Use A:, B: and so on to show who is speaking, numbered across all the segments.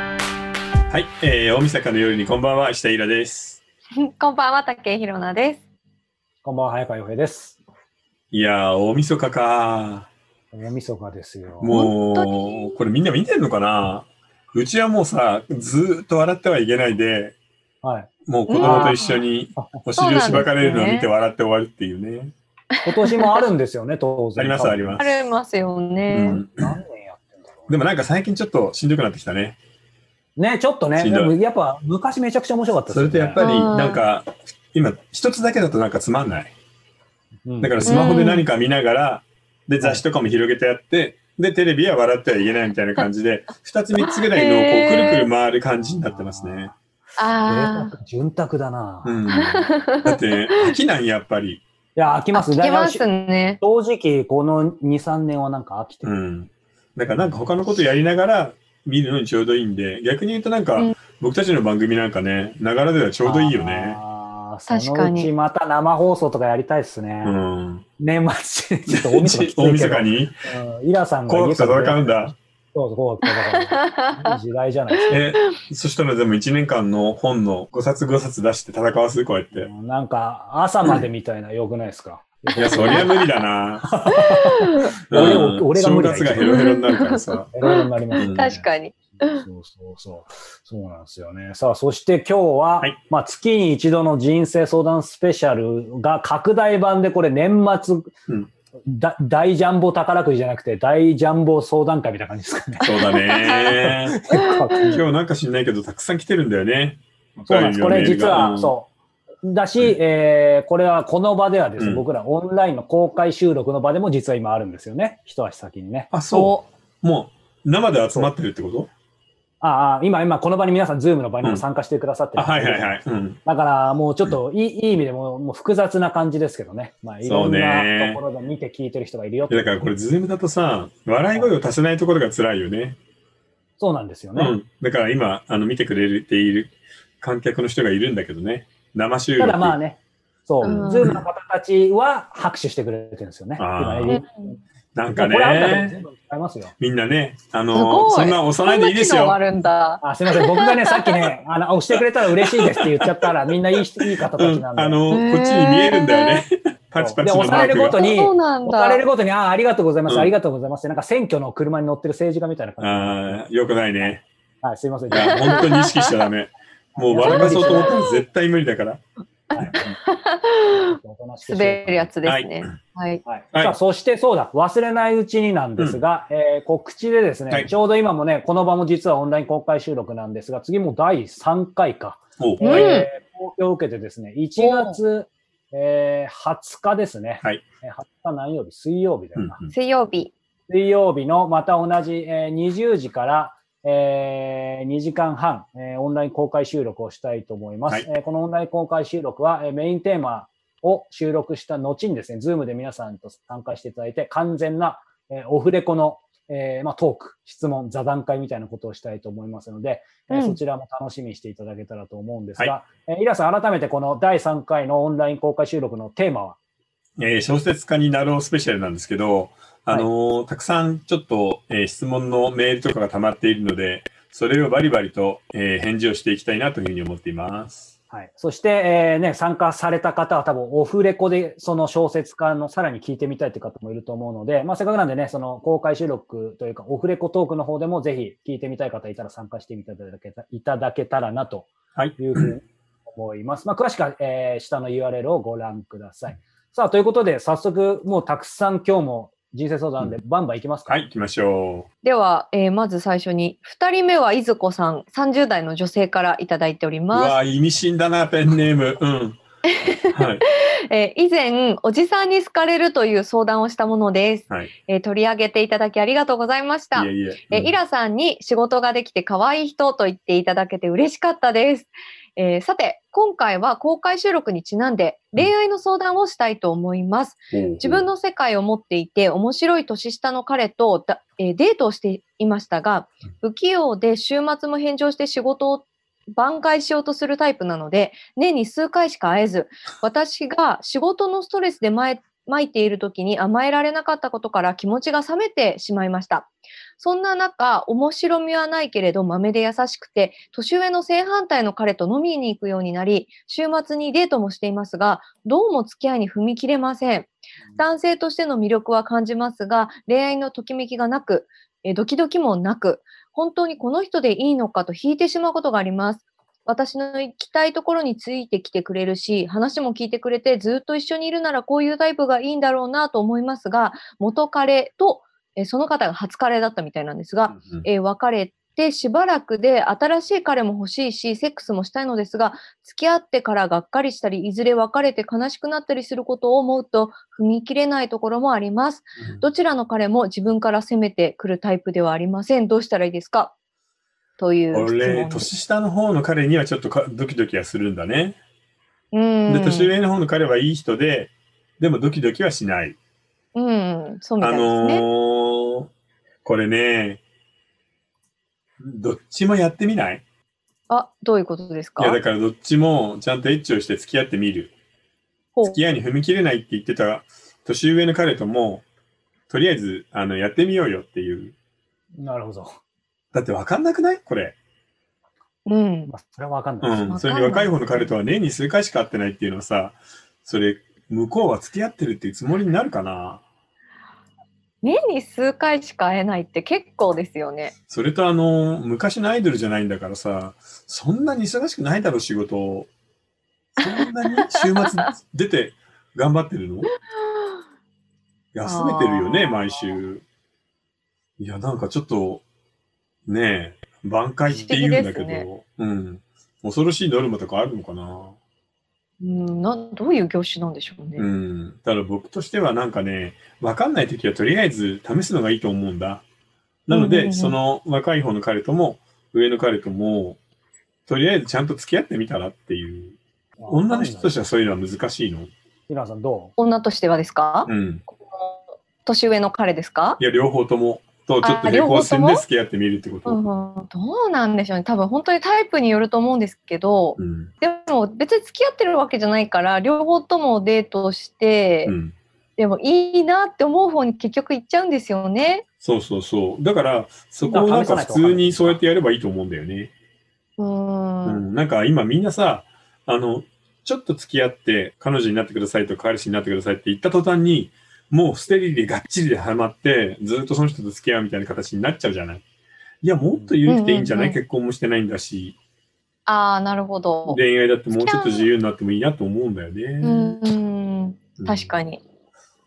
A: はい、えー、大晦日の夜にこんばんは、下平です。
B: こんばんは、竹井ひろなです。
C: こんばんは、早川洋平です。
A: いやー、大晦日か
C: 大晦日ですよ。
A: も
B: 本当に
A: う、これみんな見てんのかなうちはもうさ、ずーっと笑ってはいけないで、
C: はい。
A: もう子供と一緒にお尻をしばかれるのを見て笑って終わるっていうね。
C: 今年もあるんで すよね、当然。
A: ありますあります
B: ありますよ
A: う
B: ね。
A: ん、
C: 何年やってんだろう。
A: でもなんか最近ちょっとしんどくなってきたね。
C: ね、ちょっとね、
A: しん
C: で
A: どい
C: もやっぱ昔めちゃくちゃ面白かったです
A: そ
C: よ
A: れ
C: ね。
A: とやっぱり
B: うん
A: なんか、今一つだけだとなんかつまんない。
C: うん
A: だからスマホで何か見ながら、で雑誌とかも広げてやって、でテレビは笑ってはいけないみたいな感じで、二つ三つぐらいのこ
B: へー
A: うくるくる回る感じになってますね。
B: あ
C: 贅沢潤沢だな。
A: う
C: い
A: ん。だって飽きないやっぱり。
C: や、飽き
B: あ、
C: ます。
B: 聞
C: だ
B: き
C: いぶ飽
B: ま
C: き
B: すね。
C: 正直、この2、3年はなんか飽きて
A: う
C: る。
A: ん。だからなんか他のことやりながら見るのにちょうどいいんで、逆に言うとなんか
B: うん
A: 僕たちの番組なんかね、ながらではちょうどいいよね。
C: あ
B: 確
C: ー。
B: かに
C: そのうちまた生放送とかやりたいですね
A: う。ん。
C: 年末に、ちょっと大
A: 大
C: 晦日きついけ
A: 晦
C: ど
A: 日。に
C: うんイラさんが
A: 紅白と戦うん
C: だ。
A: だ。
C: そうそう、紅白と戦うんだ。いい時代じゃないですか。
A: え、そしたらでも1年間の本の5冊5冊出して戦わすこうやって。
C: なんか朝までみたいな、よくないですか。
A: いや、そりゃ無理だな。
C: 俺
A: うん
C: 俺が無理だ
A: 正月がヘロヘロになるから さ。
C: いろいろなります、
A: うん
C: ね。
B: 確かに。
C: に。そうそうそう。そうなんですよね。さあ、そして今日は、
A: はい
C: まあ月に一度の人生相談スペシャルが拡大版でこれ年末、
A: うん。
C: だ大ジャンボ宝くじじゃなくて大ジャンボ相談会みたいな感じ ですかね
A: そうだね。
C: そう
A: 今日なんか知んないけど、たくさん来てるんだよね。
C: なんです。これ実は、
A: う
C: そう。だし、えーこれはこの場ではですね、
A: うん
C: 僕らオンラインの公開収録の場でも実は今あるんですよね。一足先にね。
A: あ、そう。もう、生で集まってるってこと
C: ああ、今、今、この場に皆さん、ズームの場にも参加してくださってる、
A: あ、はいはいはい。うん。
C: だから、もうちょっといい、いい意味でも、もう複雑な感じですけどね。まあ、いろん
A: そう
C: な
A: ね
C: ところで見て聞いてる人がいるよっ
A: い
C: て
A: やだからこれ、ズームだとさ、笑い声を足せないところが辛いよね。
C: そうなんですよ
A: う
C: ね。
A: ん。だから今、あの、見てくれている観客の人がいるんだけどね。生収
C: た
A: 録。
C: だまあね、そう、
B: うん
C: ズームの方たちは拍手してくれてるんですよね。
A: あー
C: 今ね
A: なんか
C: これあったら
A: ね
C: 全。部使いますよ。
A: みんなね、あ
B: す
A: の
B: ごい。
A: そんな押さないでいいです
B: こん
A: よ
B: な機能。あるんだ。
C: あ、すみません。僕 がね、さっきね、あの、押してくれたら嬉しいですって言っちゃったら、みんないい人、いい方た
A: う、
C: ちなんんで。
A: あの
B: へー
A: こっちに見えるんだよね。パチパチのマ
C: で押さ
A: ー
C: れ
A: ク
C: ること
A: が。
C: に
B: そうなん
C: 押される
B: だ。
C: ごとに、ああ、ありがとうございます、
A: うん
C: ありがとうございますってなんか選挙の車に乗ってる政治家みたいな感
A: ああ、よくないね。
C: じ。はい、すみません。
A: いや、本当に意識しちゃダメ。もう笑かそうと思ったら絶対無理だから。
C: おとなしくしよう
B: 滑るやつですね。
A: は
B: はい。
C: はい
A: はい
C: さあそしてそうだ、忘れないうちになんですが、えー告知でですね、
A: はい
C: ちょうど今もね、この場も実はオンライン公開収録なんですが、次も第3回か、
A: おう
B: うん
C: えー公表を受けてですね、1月、えー20日ですね、
A: はい
C: えー20日何曜日、水曜日だ
A: う
C: よ
A: ん
C: な、
B: 水曜日。
C: 水曜日のまた同じ、えー20時から、えー2時間半、えーオンライン公開収録をしたいと思います。
A: はい
C: えーこのオンライン公開収録は、えーメインテーマを収録した後にですね、ズームで皆さんと参加していただいて、完全な、えーオフレコの、えーまあ、トーク、質問、座談会みたいなことをしたいと思いますので、えー
B: うん
C: そちらも楽しみにしていただけたらと思うんですが、えーイラさん、改めてこの第3回のオンライン公開収録のテーマは、
A: えー小説家になろうスペシャルなんですけど、あのーたくさんちょっと、えー質問のメールとかが溜まっているので、それをバリバリと、えー返事をしていきたいなというふうに思っています。
C: はい。そして、えーね、参加された方は多分オフレコでその小説家のさらに聞いてみたいという方もいると思うので、まあせっかくなんでね、その公開収録というかオフレコトークの方でもぜひ聞いてみたい方いたら参加してみていただけたいただけたらなと
A: はい。
C: いうふうに思います。まあ詳しくは、えー下の URL をご覧ください。さあ、ということで早速もうたくさん今日も人生相談でバンバンいきますか、
A: はい、行きましょ
B: では、えーまず最初に、二人目はいずこさん、30代の女性からいただいており
A: う。う
B: ます。
A: わー意味深だな、ペンネーム。うん。はい。
B: えー以前、おじさんに好かれるという相談をしたものです。
A: はい
B: えー取り上げていただきありがとうございました。
A: いえいえ。
B: えーイラさんに仕事ができて可愛い人と言っていただけて嬉しかったです。えーさて、今回は公開収録にちなんで恋愛の相談をしたいと思います。自分
A: の
B: の世界を持っていて面白い年下の彼とだ、えーデートをしていましたが不器用で週末も返上して仕事を挽回しようとするタイプなので年に数回しか会えず私が仕事のストレスで毎まいている時に甘えられなかったことから気持ちが冷めてしまいました。そんな中、面白みはないけれど豆で優しくて、年上の正反対の彼と飲みに行くようになり、週末にデートもしていますが、どうも付き合いに踏み切れません。男性としての魅力は感じますが、恋愛のときめきがなく、えドキドキもなく、本当にこの人でいいのかと引いてしまうことがあります。私の行きたいところについてきてくれるし、話も聞いてくれて、ずっと一緒にいるならこういうタイプがいいんだろうなと思いますが、元彼と、えその方が初彼だったみたいなんですが、うんうん、え別れてしばらくで新しい彼も欲しいし、セックスもしたいのですが、付き合ってからがっかりしたり、いずれ別れて悲しくなったりすることを思うと、踏み切れないところもあります。うん、どちらの彼も自分から攻めてくるタイプではありません。どうしたらいいですかという
A: 俺、年下の方の彼にはちょっとドキドキはするんだね。うんで年上の方の彼はいい人で、でもドキドキはしない。
B: うん、そうみたいですね。あの
A: ー、これね、どっちもやってみない
B: あ、どういうことですか
A: いや、だからどっちもちゃんとエッチをして付き合ってみる。付き合いに踏み切れないって言ってた年上の彼とも、とりあえずあのやってみようよっていう。
C: なるほど。
A: だって分かんなくないこれ。
B: うん。
C: まあ、それは分かんない。
A: うん。それに若い方の彼とは年に数回しか会ってないっていうのはさ、それ、向こうは付き合ってるっていうつもりになるかな
B: 年に数回しか会えないって結構ですよね。
A: それとあの、昔のアイドルじゃないんだからさ、そんなに忙しくないだろ、仕事そんなに週末出て頑張ってるの休めてるよね、毎週。いや、なんかちょっと、ねえ、挽回って言うんだけど、ね、うん。恐ろしいノルマとかあるのかな
B: うんな、どういう業種なんでしょうね。
A: うん。ただ僕としてはなんかね、わかんないときはとりあえず試すのがいいと思うんだ。なので、その若い方の彼とも、上の彼とも、とりあえずちゃんと付き合ってみたらっていう。女の人としてはそういうのは難しいの。
C: ひなさんどう
B: 女としてはですか
A: うん。
B: 年上の彼ですか、
A: いや、両方とも。とちょっと平行線で付き合ってみるってこと、うん
B: どうなんでしょうね多分本当にタイプによると思うんですけど、うん、でも別に付き合ってるわけじゃないから両方ともデートして、うん、でもいいなって思う方に結局行っちゃうんですよね
A: そうそうそうだからそこをなんか普通にそうやってやればいいと思うんだよね
B: うん、
A: なんか今みんなさあのちょっと付き合って彼女になってくださいと彼氏になってくださいって言った途端にもうステリリがっちりでハマって、ずっとその人と付き合うみたいな形になっちゃうじゃない。いや、もっと緩くていいんじゃない、結婚もしてないんだし。
B: ああ、なるほど。
A: 恋愛だってもうちょっと自由になってもいいなと思うんだよね。
B: うん、うん、確かに。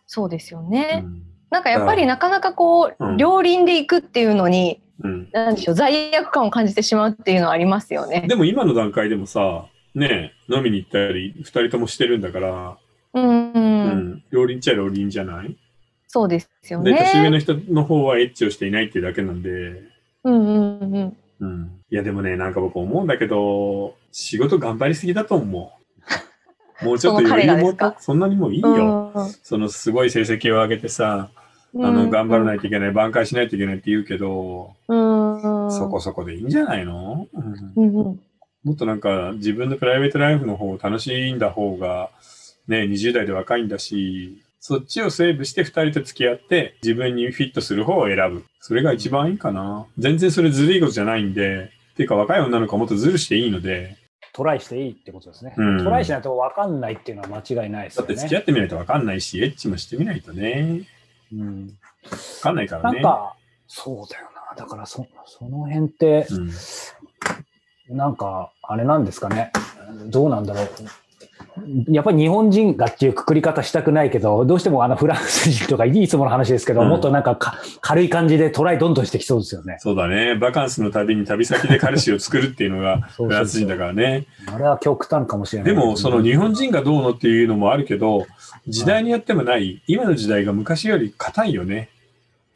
B: そうですよね。うん、なんかやっぱりなかなかこう、うん、両輪でいくっていうのに、うん、なんでしょう、罪悪感を感じてしまうっていうのはありますよね。
A: でも今の段階でもさ、ね飲みに行ったり、二人ともしてるんだから、
B: うんうん、
A: 両輪っちゃ両輪じゃない
B: そうですよね。
A: 年上の人の方はエッチをしていないっていうだけなんで。
B: うんうんうん。
A: うん、いやでもね、なんか僕思うんだけど、仕事頑張りすぎだと思う。もうちょっと余裕もた、そんなにもいいよ。うん、そのすごい成績を上げてさ、あの、頑張らないといけない、挽回しないといけないって言うけど、
B: うん、
A: そこそこでいいんじゃないの、うんうんうん、もっとなんか自分のプライベートライフの方を楽しんだ方が、ね、20代で若いんだし、そっちをセーブして2人と付き合って、自分にフィットする方を選ぶ。それが一番いいかな。全然それずるいことじゃないんで、っていうか若い女の子はもっとずるしていいので。
C: トライしていいってことですね。うん、トライしないと分かんないっていうのは間違いないですよ
A: ね。だって付き合ってみないと分かんないし、エッチもしてみないとね。うん。分かんないから
C: ね。なんか、そうだよな。だからそ、その辺って、うん、なんか、あれなんですかね。どうなんだろう。やっぱり日本人がっていうくくり方したくないけど、どうしてもあのフランス人とかいつもの話ですけど、うん、もっとなんか軽い感じでトライどんどんしてきそうですよね。
A: そうだね。バカンスの旅に旅先で彼氏を作るっていうのがフランス人だからね。。
C: あれは極端かもしれない
A: でも、その日本人がどうのっていうのもあるけど、時代によってもない、今の時代が昔より硬いよね。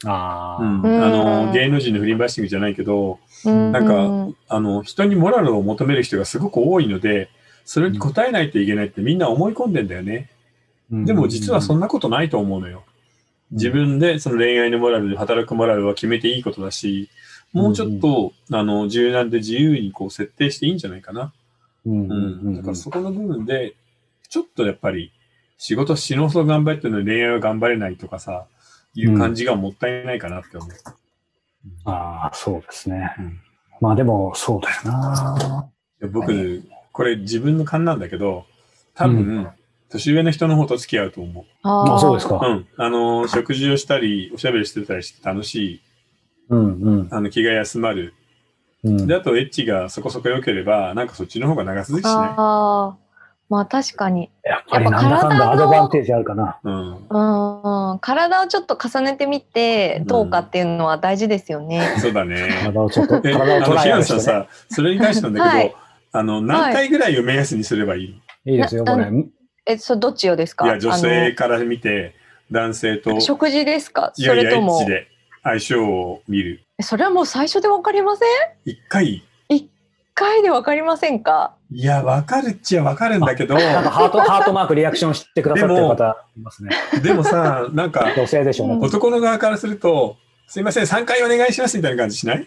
C: あ,、
A: うん、あの芸能人のフリーバッシングじゃないけど、んなんかあの人にモラルを求める人がすごく多いので、それに応えないといけないってみんな思い込んでんだよね。でも実はそんなことないと思うのよ。自分でその恋愛のモラル、働くモラルは決めていいことだし、もうちょっと、あの、柔軟で自由にこう設定していいんじゃないかな。うん。だからそこの部分で、ちょっとやっぱり仕事死ぬほど頑張ってるのに恋愛は頑張れないとかさ、いう感じがもったいないかなって思う。
C: ああ、そうですね。
A: うん
C: まあでも、そうだよな。
A: で僕、これ自分の勘なんだけど、多分、年上の人の方と付き合うと思
B: あ
C: まあそうです
B: か。
A: う。う
C: か。
A: ん。あの、食事をしたり、おしゃべりしてたりして楽しい、
C: うんうん
A: あの、気が休まる。
C: うん。
A: で、あと、エッチがそこそこ良ければ、なんかそっちの方が長続きしない。
B: ああ、まあ確かに。
C: やっぱりなんだかんだアドバンテージあるかな。
A: うん。
B: うん、体をちょっと重ねてみて、どうかっていうのは大事ですよね。
A: そうだね。
C: 体をちょっと、
A: え、あ
C: 体をト
A: の、
C: ラ
A: ひ
C: イア
A: や
C: ル
A: さん
C: して、ね。
A: さ、それに関してなんだけど、
B: はい
A: あの、何回ぐらいを目安にすればいいの
C: いいですよ、これ。
B: え、それどっちよですか
A: いや、女性
B: あ
A: から見て、男性と、
B: の食事ですか
A: い
B: そ
A: やい
B: れ
A: や、エ
B: と
A: ッ
B: も
A: チ。で相性を見る。
B: えそれはもう最初でわかりません
A: 一回、
B: 一回でわかりませんか
A: いや、わかるっちゃわかるんだけ ど、
C: なんかハート、ハートマークリアクションしてくださってる方いますね。
A: でもさ、なんか、
C: 女性でしょうね。
A: 男の側からすると、すいません、3回お願いしますみたいな感じしない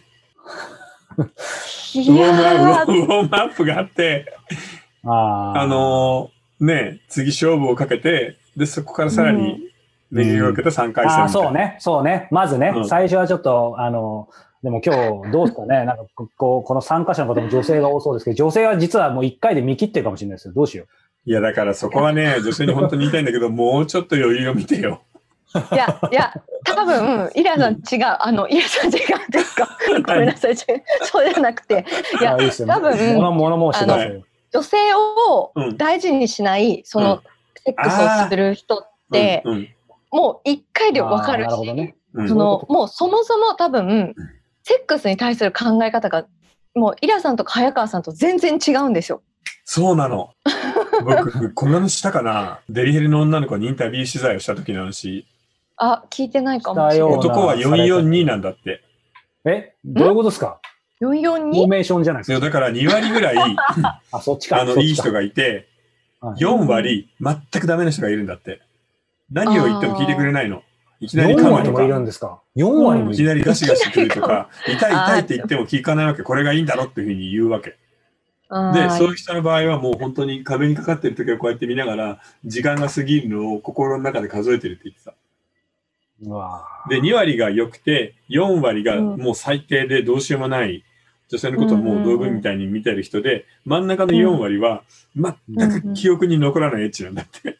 A: ウ
B: い
A: ォームア
B: や
A: ップ、
B: ー
A: ウォームアップがあって、
C: あー
A: あ、のーね、次勝負をかけて、で、そこからさらに、
C: うん
A: 練習をかけて3回
C: あ
A: 戦みた
C: あ、
A: いな
C: そうね、そうね。まずね、
A: うん
C: 最初はちょっと、あの、でも今日どうですかね、なんかこう、この参加者の方も女性が多そうですけど、女性は実はもう一回で見切ってるかもしれないですよ。どうしよ
A: いや、だからそこはね、女性に本当に言いたいんだけど、もうちょっと余裕を見て よ。
B: いや、いや、多分、イラさん違う。あの、イラさん違うっていうか、ごめんなさい、違うそうじゃなくて、い
C: う。
B: や
C: あーいいですよ
B: 多分
C: 物物申してくださいよ。
B: 女性を
A: うん
B: 大事にしない、その、
A: うん
B: セックスをする人って、
A: うん、うん
B: もう一回でわかる
C: あーなるほど
B: し、
C: ね。
A: うん
B: そ
C: そういうこ
B: の、
C: と
B: もうそもそも多分、セックスに対する考え方が、もうイラさんとか早川さんと全然違うんですよ。
A: そうな の。僕、こんなのしたかなデリヘルの女の子にインタビュー取材をした時の話、
B: あ、聞いてないかもしれ
C: そう
B: な
C: だ
B: い。
A: 男は442なんだって。
C: え、どういうことですかフォー
B: 442?
C: メーションじゃないです
A: そう
C: か。
A: だから2割ぐらい、
C: あ、そっちか。
A: あの、
C: そっ
A: いい
C: ちか
A: 人がいて、
C: はい
A: 4割、全くダメな人がいるんだって。何を言っても聞いてくれないの。いきなり
C: 4
A: 噛む
C: 割
A: と
C: もいるん
A: か、
C: ですか。4割も
A: い
C: い
A: き
C: る。
A: なりガシガシ来ると か、痛い
B: あ
A: 痛
B: ー
A: いって言っても聞かないわけ、これがいいんだろっていうふうに言うわけ。で、
B: あ
A: そう いう人の場合はもう本当に壁にかかってる時はこうやって見ながら、時間が過ぎるのを心の中で数えてるって言ってた。
C: うわ
A: で、2割が良くて、4割が
B: うん
A: もう最低でどうしようもない、女性のことをもう道具みたいに見てる人で、真ん中の4割は全く記憶に残らないエッチなんだって。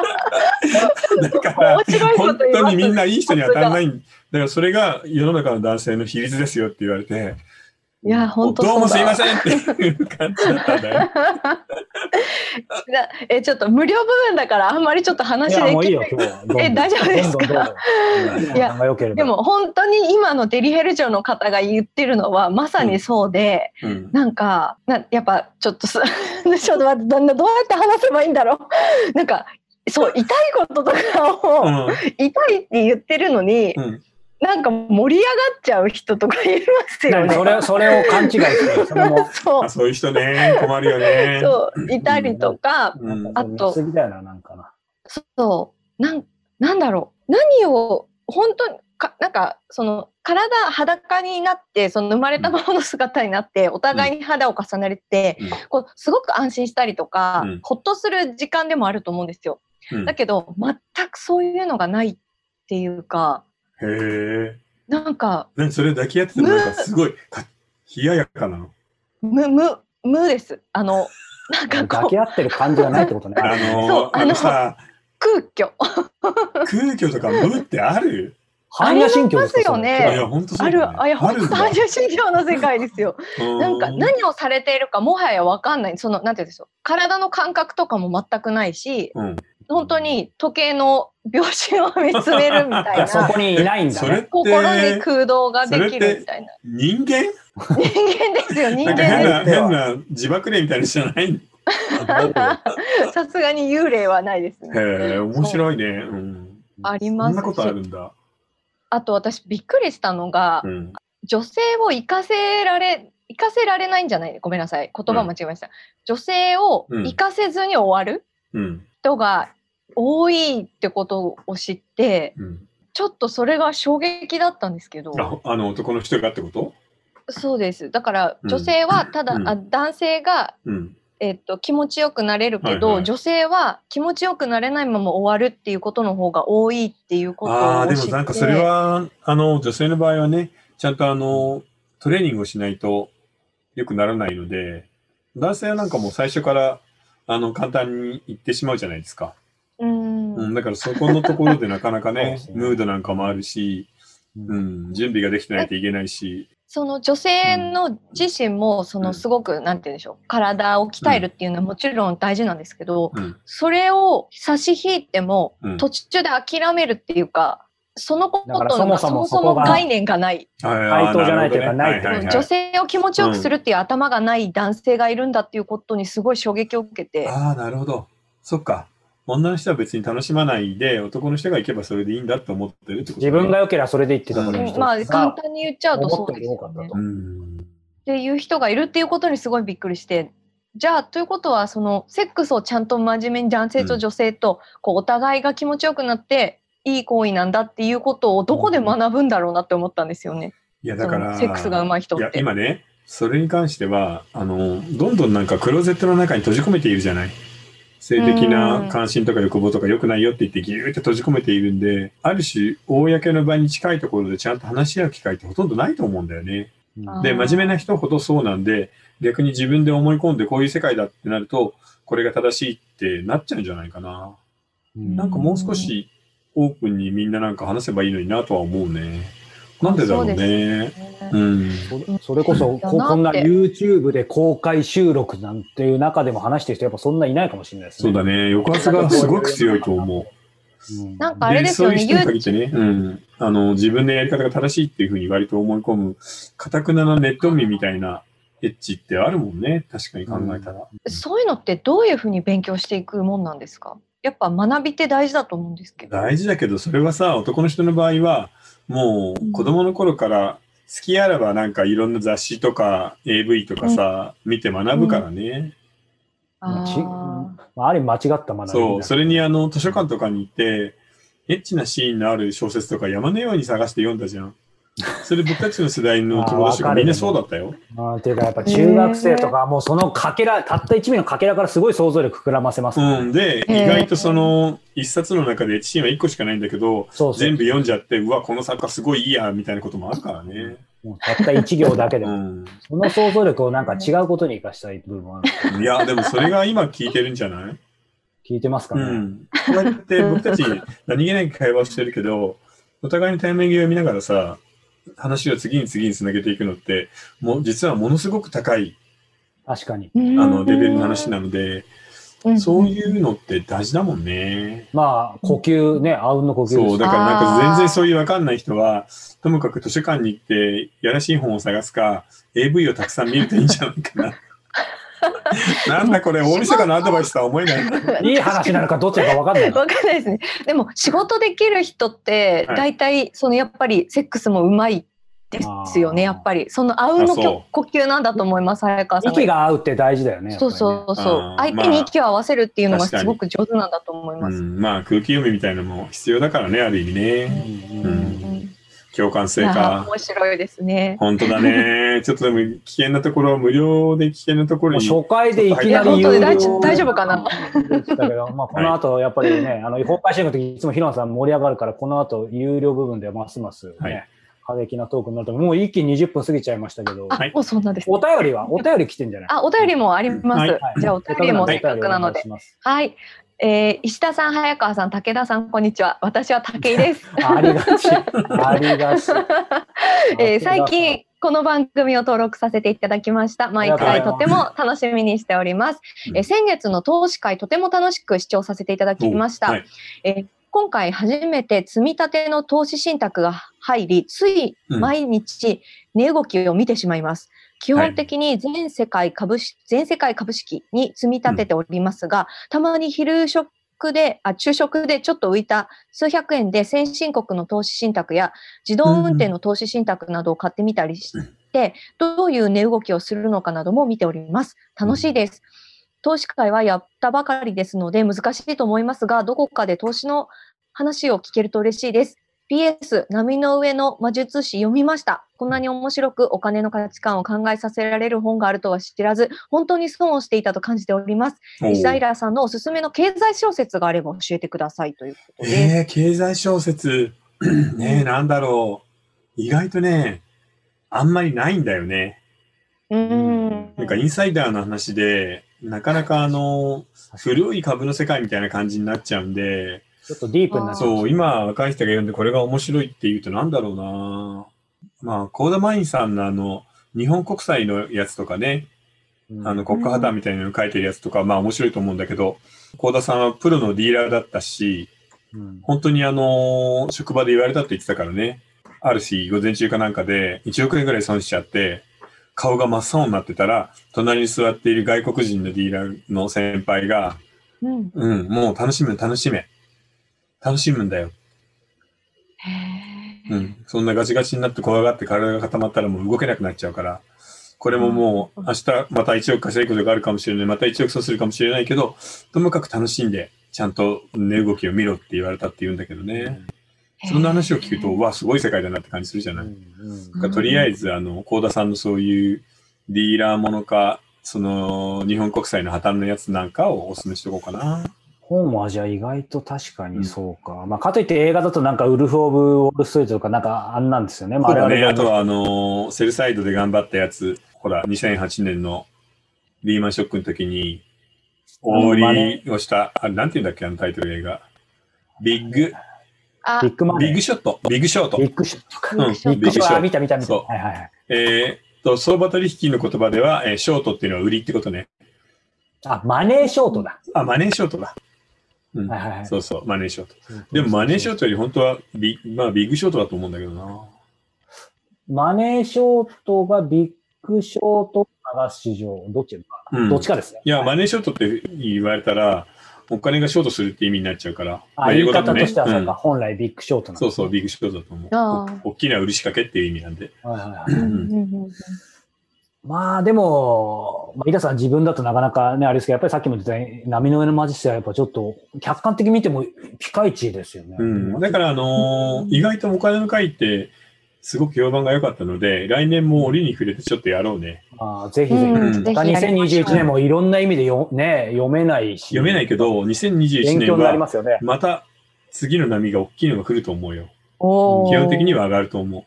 A: だから
B: 面白い
A: 本
B: こと言いますね
A: 当に みんないい人に当たらないんだからそれが世の中の男性の比率ですよって言われて
B: いや、本当
A: どうもすいま
B: ん。
A: せんっていう感じだったんだよ
B: なえ、ちょっと無料部分だから、あんまりちょっと
C: ーい
B: 話で
C: や、もう
B: き
C: いいよ
B: な、い。
C: 今日はどんどん。
B: え大丈夫ですか
C: どんどんどうぞ
B: いや
C: 仲が良ければ
B: でも本当に今のデリヘル嬢の方が言ってるのはまさにそうで、
A: うん
B: なんかなやっぱちょっとす ちょっと待ってどんなどうやって話せばいいんだろうなんかそう痛いことと
A: う
B: かを
A: ん
B: 痛いって言ってるのに、
A: うん
B: なんか盛り上がっちゃう人とかいますよ
C: 何
B: ね
C: そ。 れ、それを勘違いしてる、それも。
B: そ
A: あ
B: う
A: そういう人ね困るよね
B: そういたりとか、
A: うん
B: あと
C: 過ぎだよな、なんかな。
B: そう、なん、なんだろう。何を、本当に、か、なんか、その、体裸になって、その生まれたままの姿になって、お互いに肌を重ねて、
A: うん
B: こう、すごく安心したりとか、
A: うん
B: ほっとする時間でもあると思うんですよ。
A: うん
B: だけど、全くそういうのがないっていうか、
A: へえ
B: なんか、
A: 何それ抱き合っててもなんかすごいか冷ややかなの
B: む、む、無です。あの、なんか
C: 抱
B: こう
C: き、合ってる感じがないってことね。
A: あ
B: そう
A: の
B: あの
A: あのさ
B: 空虚。
A: 空虚とか無ってある
C: 般若心経ですか
B: あ
C: それ
B: りま
A: い
B: すよね
A: や本当そ
B: あ
A: うだ
B: る、
A: ね
B: あ、いや、本当
A: んだ
B: 最終心情の世界ですよ。
A: う
B: なんか何をされているかもはやわかんない。その、なんていうんでしょう。体の感覚とかも全くないし、
A: うん
B: 本当に時計の秒針を見つめるみた
C: いや
B: い
C: そ
B: な。
C: こにいないんだ
A: それっ
C: ね。
A: て
B: 心に空洞ができるみたいな。
A: 人間
B: 人間ですよ、人
A: なんか
B: 間
A: 変
B: で
A: な、変な自爆霊みたいな人じゃ ないの
B: す。 さすがに幽霊はないですね。
A: へえ、面白いね。うん。
B: あり
A: そん
B: ます
A: なことあ
B: し
A: る、んだ。
B: あと私びっくりしたのが
A: う、ん。
B: 女性を生かせられ、生かせられないんじゃないごめんなさい。言葉間違えました。女性を生かせずに終わる
A: うん。
B: 人が多いってことを知って、
A: うん。
B: ちょっとそれが衝撃だったんですけど、
A: あ、あの男の人がってこと
B: そうです。だから
A: うん
B: 女性はただ、
A: うん
B: あ男性が
A: うん。
B: えっと、気持ちよくなれるけど、
A: はいはい
B: 女性は気持ちよくなれないまま終わるっていうことの方が多いっていうことを知って
A: ああ、でもなんかそれは、あの、女性の場合はね、ちゃんとあの、トレーニングをしないと良くならないので、男性はなんかもう最初から、あの、簡単に言ってしまうじゃないですか。
B: うん
A: うん、だからそこのところ でなかなか
C: そうで
A: ね
C: す、ね
A: ムードなんかもあるし、
C: う
A: うんん、準備ができてないといけないし、
B: その女性の自身もそのすごくなんて言うんでしょう体を鍛えるっていうのはもちろん大事なんですけど
A: うん、
B: それを差し引いても
A: うん
B: 途中で諦めるっていうかそのこと
C: だから
B: の
C: そ
B: そ
C: も
B: も
C: そ
B: そ
C: も
B: も
C: そこが
B: 概念がない
A: 対
C: 等じゃないというかないってこと
A: はいはい
B: 女性を気持ちよくするっていう頭がない男性がいるんだっていうことにすごい衝撃を受けて
A: ああ、なるほど。そっか。女の人は別に楽しまないで、男の人が行けばそれでいいんだと思ってるってことね
C: 自分が良ければそれで言ってたこ
B: う
C: と
A: うん
C: にし
B: ん
C: て
B: まあ簡単に言っちゃうとそうです
C: 思って
B: よ
C: もよかっ
B: ね
C: た
A: う
C: と。
A: ん。
B: っていう人がいるっていうことにすごいびっくりしてじゃあということはそのセックスをちゃんと真面目に男性と女性とこうお互いが気持ちよくなっていい行為なんだっていうことをどこで学ぶんだろうなって思ったんですよね。
A: いや、
B: そ
A: だか
B: の
A: ら、
B: セックスが上手い人
A: いや
B: っ、て。
A: 今ね、それに関しては、あの、どんどんなんかクローゼットの中に閉じ込めているじゃない。性的
B: う
A: なん関心とか欲望とか良くないよって言ってギューって閉じ込めているんで、ある種、公の場に近いところでちゃんと話し合う機会ってほとんどないと思うんだよね。
C: うん
A: で、
B: あー
A: 真面目な人ほどそうなんで、逆に自分で思い込んでこういう世界だってなると、これが正しいってなっちゃうんじゃないかな。なんかもう少しオープンにみんななんか話せばいいのになとは思うね。なんでだろう
B: そうで
A: ね。うん。
C: そそれこそこ、こんな YouTube で公開収録なんていう中でも話してる人、やっぱそんないないかもしれないです
A: そ
C: ね。
A: うだね。抑圧がすごく強いと思う。
C: うん
B: なんかあれですよね
A: そういう人に限ってね、うん。あの、自分のやり方が正しいっていうふうに割と思い込む、かたくななネット民みたいなエッチってあるもんね。確かに考えたら。
B: そういうのってどういうふうに勉強していくもんなんですかやっぱ学びって大事だと思うんですけど。
A: 大事だけど、それはさ、男の人の場合は、もう子供の頃から、好きあらばなんかいろんな雑誌とか AV とかさ、見て学ぶからね。
B: あ
C: ち
B: ー
C: まあ、ある意味間違った学び
A: そう、それに
C: あ
A: あの、図書館とかに行って、エッチなシーンのある小説とか山のように探して読んだじゃん。それ僕たちの世代の友達
C: あーわか
A: が
C: る
A: みんなそうだったよ。
C: ーっていうか、やっぱ中学生とかはもうそのかけら、たった1ミリのかけらからすごい想像力膨らませますからね、
A: うん。で、
B: へー
A: 意外とその、一冊の中でエッチシーンは一個しかないんだけど、
C: そうそう
A: 全部読んじゃって、うわ、この作家すごいいいや、みたいなこともあるからね。
C: もうたった1行だけで
A: う
C: も、
A: ん。
C: その想像力をなんか違うことに生かしたい部分はある
A: いや、でもそれが今聞いてるんじゃない
C: 聞いてますか
A: う
C: ね。
A: ん。こうやって僕たち何気ない会話をしてるけど、お互いの対面際を見ながらさ、話を次に次につなげていくのって、もう実はものすごく高い
C: 確かに。
B: あ
A: あのレベルの話なので、
B: の
A: そういうのって大事だもんね。
C: まあ、呼吸ね、あうんの呼吸
A: そう、だ
C: だ
A: からなんか
B: あー
A: 全然そういうわかんない人は、ともかく図書館に行って、やらしい本を探すか、AV をたくさん見るといいんじゃないか な。なんだこれ、大晦日のアドバイスとは思えないな。
C: いい話なのかどっちなのか分かんないな。
B: わかんないですね。でも仕事できる人って
A: はい
B: 大体そのやっぱりセックスもうまいですよね
C: あ
B: や
C: ー
B: っぱりそのあうんの
A: あそう
B: 呼吸なんだと思います早川さん
C: 息が合うって大事だよね。
B: そう
C: やっぱ
B: そうそう、
A: あー
B: 相手に息を合わせるっていうのが
A: まあ
B: すごく上手なんだと思いま
A: う
B: す。
A: ん、まあ空気読みみたいなのも必要だからね、ある意味ね。
C: りね。
A: う
C: うん
A: ん共感性
B: ああ
A: か
B: ー。面白いですね。
A: 本当だね。 ちょっとでも危険なところ、無料で危険なところ
C: もう
A: に。
C: 初回でいきなり
B: いや本当
C: 有
B: に
C: 料
B: 大丈夫大丈夫かな
C: でしたけど、まあ、この後、やっぱりね、あの、違法配信の時、いつもヒロンさん盛り上がるから、この後、有料部分ではますますね、
A: はい
C: 過激なトークになると思う、もう一気に20分過ぎちゃいました けど、
B: あ、
A: はい
B: もうそんなです、ね
C: お。便りは、お便り来てんじゃない
B: あ、お便りもあります。
A: はい
C: はい
B: じゃあお便りも
A: は
B: せ
A: い
B: っかくなので。。はい。えー石田さん、早川さん、武田さん、こんにちは。私は武井です。
C: ありがち。ありがち。
B: えー最近この番組を登録させていただきました。毎
A: あり
B: 回
A: がと
B: と
A: うご
B: ても楽しみにしております。
A: うん
B: えー先月の投資会とても楽しく視聴させていただきました。
A: はい
B: えー今回初めて積み立ての投資信託が入り、つい毎日値動きを見てしまいます。基本的に全世界株式、全世界株式に積み立てておりますが、たまに昼食で、あ、昼食でちょっと浮いた数百円で先進国の投資信託や自動運転の投資信託などを買ってみたりして、どういう値動きをするのかなども見ております。楽しいです。投資会はやったばかりですので難しいと思いますが、どこかで投資の話を聞けると嬉しいです。 PS、波の上の魔術師読みました。こんなに面白くお金の価値観を考えさせられる本があるとは知らず、本当に損をしていたと感じております。石田イラさんのおすすめの経済小説があれば教えてくださいということです。
A: えー、経済小説。 ねえ、なんだろう。意外とね、あんまりないんだよね。
B: うー
A: なんかインサイダーの話で、なかなかあの、古い株の世界みたいな感じになっちゃうんで、
C: ちょっとディープになっちゃう。
A: そう、今若い人が読んでこれが面白いって言うとなんだろうなまあ、コーダマインさんのあの、日本国債のやつとかね、
C: うん
A: あの、国家破綻みたいなの書いてるやつとか、まあ面白いと思うんだけど、コーダさんはプロのディーラーだったし、
C: うん
A: 本当にあの、職場で言われたって言ってたからね、ある日、午前中かなんかで、1億円ぐらい損しちゃって、顔が真っ青になってたら、隣に座っている外国人のディーラーの先輩が、
B: うん
A: うん、もう楽しむ、楽しめ。楽しむんだよ。
B: へ
A: う
B: ー
A: ん。そんなガチガチになって怖がって体が固まったらもう動けなくなっちゃうから、これももう明日また1億稼ぐことがあるかもしれない、また1億そうするかもしれないけど、ともかく楽しんで、ちゃんと値動きを見ろって言われたって言うんだけどね。そんな話を聞くと、うわ、すごい世界だなって感じするじゃない。
C: うん
A: なんかとりあえず、あの、幸田さんのそういうディーラーものか、その、日本国債の破綻のやつなんかをお勧めしておこうかな。
C: 本はじゃあ意外と確かにそうか。まあ、かといって映画だとなんかウルフ・オブ・ウォール・ストリートとかなんかあんなんですよね。ま
A: そうだね。
C: 我々
A: あ
C: が
A: とは、あのーセルサイドで頑張ったやつ、ほら、2008年のリーマンショックの時に、大売りをした、あれ、なんて言うんだっけ、あのタイトル映画。ビッグ、
B: あ
C: ビッグマネ
A: ビ
C: ー。
A: ッグショット、ビッグショート
C: ビ。ッグショットか。
A: うん、ビ
C: ビッグ
A: ッグシ
C: シ
A: ョ
C: ョット。あ
A: ー
C: 見
A: ト。
C: た見た見た。
A: そ
C: はいはいはい。
A: えーっと、相場取引の言葉では、えーショートっていうのは売りってことね。
C: あ、マネーショートだ。
A: あ、マネーショートだ。うん
C: はいはいはい
A: そうそう、マネーショート。でも、マネーショートより本当はビ、まあ、ビッグショートだと思うんだけどな。
C: マネーショートがビッグショートが市場。どっちか、
A: うん
C: どっちかですね。
A: いや、
C: はい
A: マネーショートって言われたら、お金がショートするって意味になっちゃうから。ま
C: あ言い
A: 英語だ
C: 方と
A: ね
C: してはそうか、
A: うん
C: 本来ビッグショートなんだ
A: そうそう、ビッグショートだと思う
B: あー
A: お。大きな売り仕掛けっていう意味なんで。
C: はいはいはい
B: うん
A: うん
B: うんうんうん
C: まあでも、まあ、井田さん自分だとなかなかね、あれですけど、やっぱりさっきも言ったように波の上のマジスはやっぱちょっと、客観的に見てもピカイチですよね。
A: うん、だから、あのー意外とお金の会って、すごく評判が良かったので、来年も折に触れてちょっとやろうね。
C: まあ、ぜひぜひ。
B: うんぜひ
C: また
B: やりましょう
C: 2021年もいろんな意味でよ、ね、読めないし。
A: 読めないけど、2021
C: 勉強
A: 年
C: になりま
A: は、
C: すよね。
A: また次の波が大きいのが来ると思うよ。
B: おー
A: 基本的には上がると思。
B: うん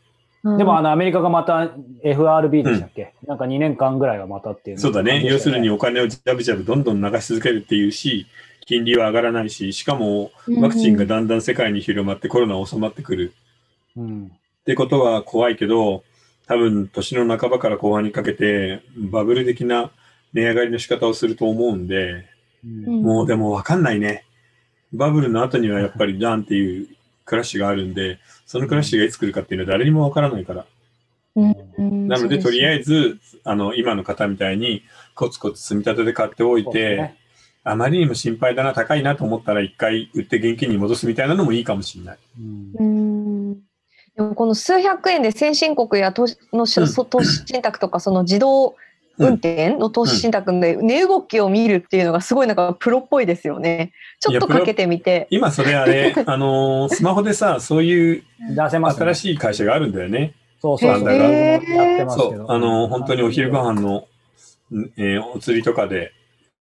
C: でも、あの、アメリカがまた FRB でしたっけ、なんか2年間ぐらいはまたっていうう。
A: そうだね。要するに、お金をジャブジャブどんどん流し続けるっていうし、金利は上がらないし、しかもワクチンがだんだん世界に広まってコロナ収まってくる。
C: うん。
A: ってことは怖いけど、多分年の半ばから後半にかけて、バブル的な値上がりの仕方をすると思うんで、
C: うん
A: もうでもわかんないね。バブルの後にはやっぱりダンっていうクラッシュがあるんで、そのクラッシュがいつ来るかっていうのは誰にもわからないから。
B: うん
A: なので、とりあ
B: ず
A: えず、あの、今の方みたいに、コツコツ積み立てで買っておい
C: そうです
A: て
C: ね、
A: あまりにも心配だな、高いなと思ったら一回売って現金に戻すみたいなのもいいかもしれない。
C: うん
B: うんでもこの数百円で先進国や投資のし
A: うん
B: そ投資信託とかその自動運転の投資信託で値動きを見るっていうのがすごいなんかプロっぽいですよね。ちょっとかけてみて。
A: 今それあ れ、あのスマホでさ、そういう
C: 出せます、ね。
A: 新しい会社があるんだよね。
C: そうそうそう。
A: へ
C: やっ
B: ー
C: てます
A: そ
C: け
A: う
C: ど。。
A: あの、本当にお昼ご飯の、んえーお釣りとかで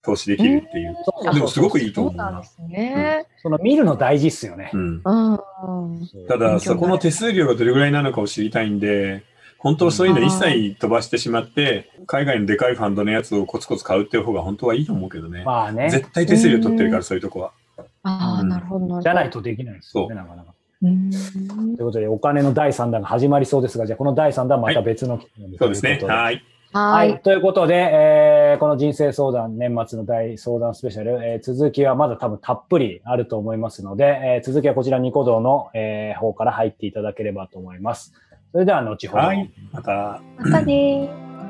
A: 投資できるっていう。
C: そうそうそう。
A: でもすごくいいと
B: そ
A: 思
B: う
A: う
B: なん
A: な
B: で。すね。
C: その見るの大事っすよね。
A: うん。
B: うん。
A: ただ、そこの手数料がどれぐらいなのかを知りたいんで、本当はそういうの一切飛ばしてしまって、海外のでかいファンドのやつをコツコツ買うっていう方が本当はいいと思うけどね。
C: まあね。
A: 絶対手数料取ってるから、そういうとこは。
B: ああ、なるほど、なるほど。
C: じゃないとできないですよね、なかなか。
B: うん。
C: ということで、お金の第3弾が始まりそうですが、じゃあこの第3弾はまた別の機会に
A: そうですね。
C: ということで
A: はい。
B: は
C: はいい。。ということで、えーこの人生相談、年末の大相談スペシャル、えー続きはまだ多分たっぷりあると思いますので、えー続きはこちらニコ動の、えー方から入っていただければと思います。それでは後ほど。
A: はい。また。
B: またねー。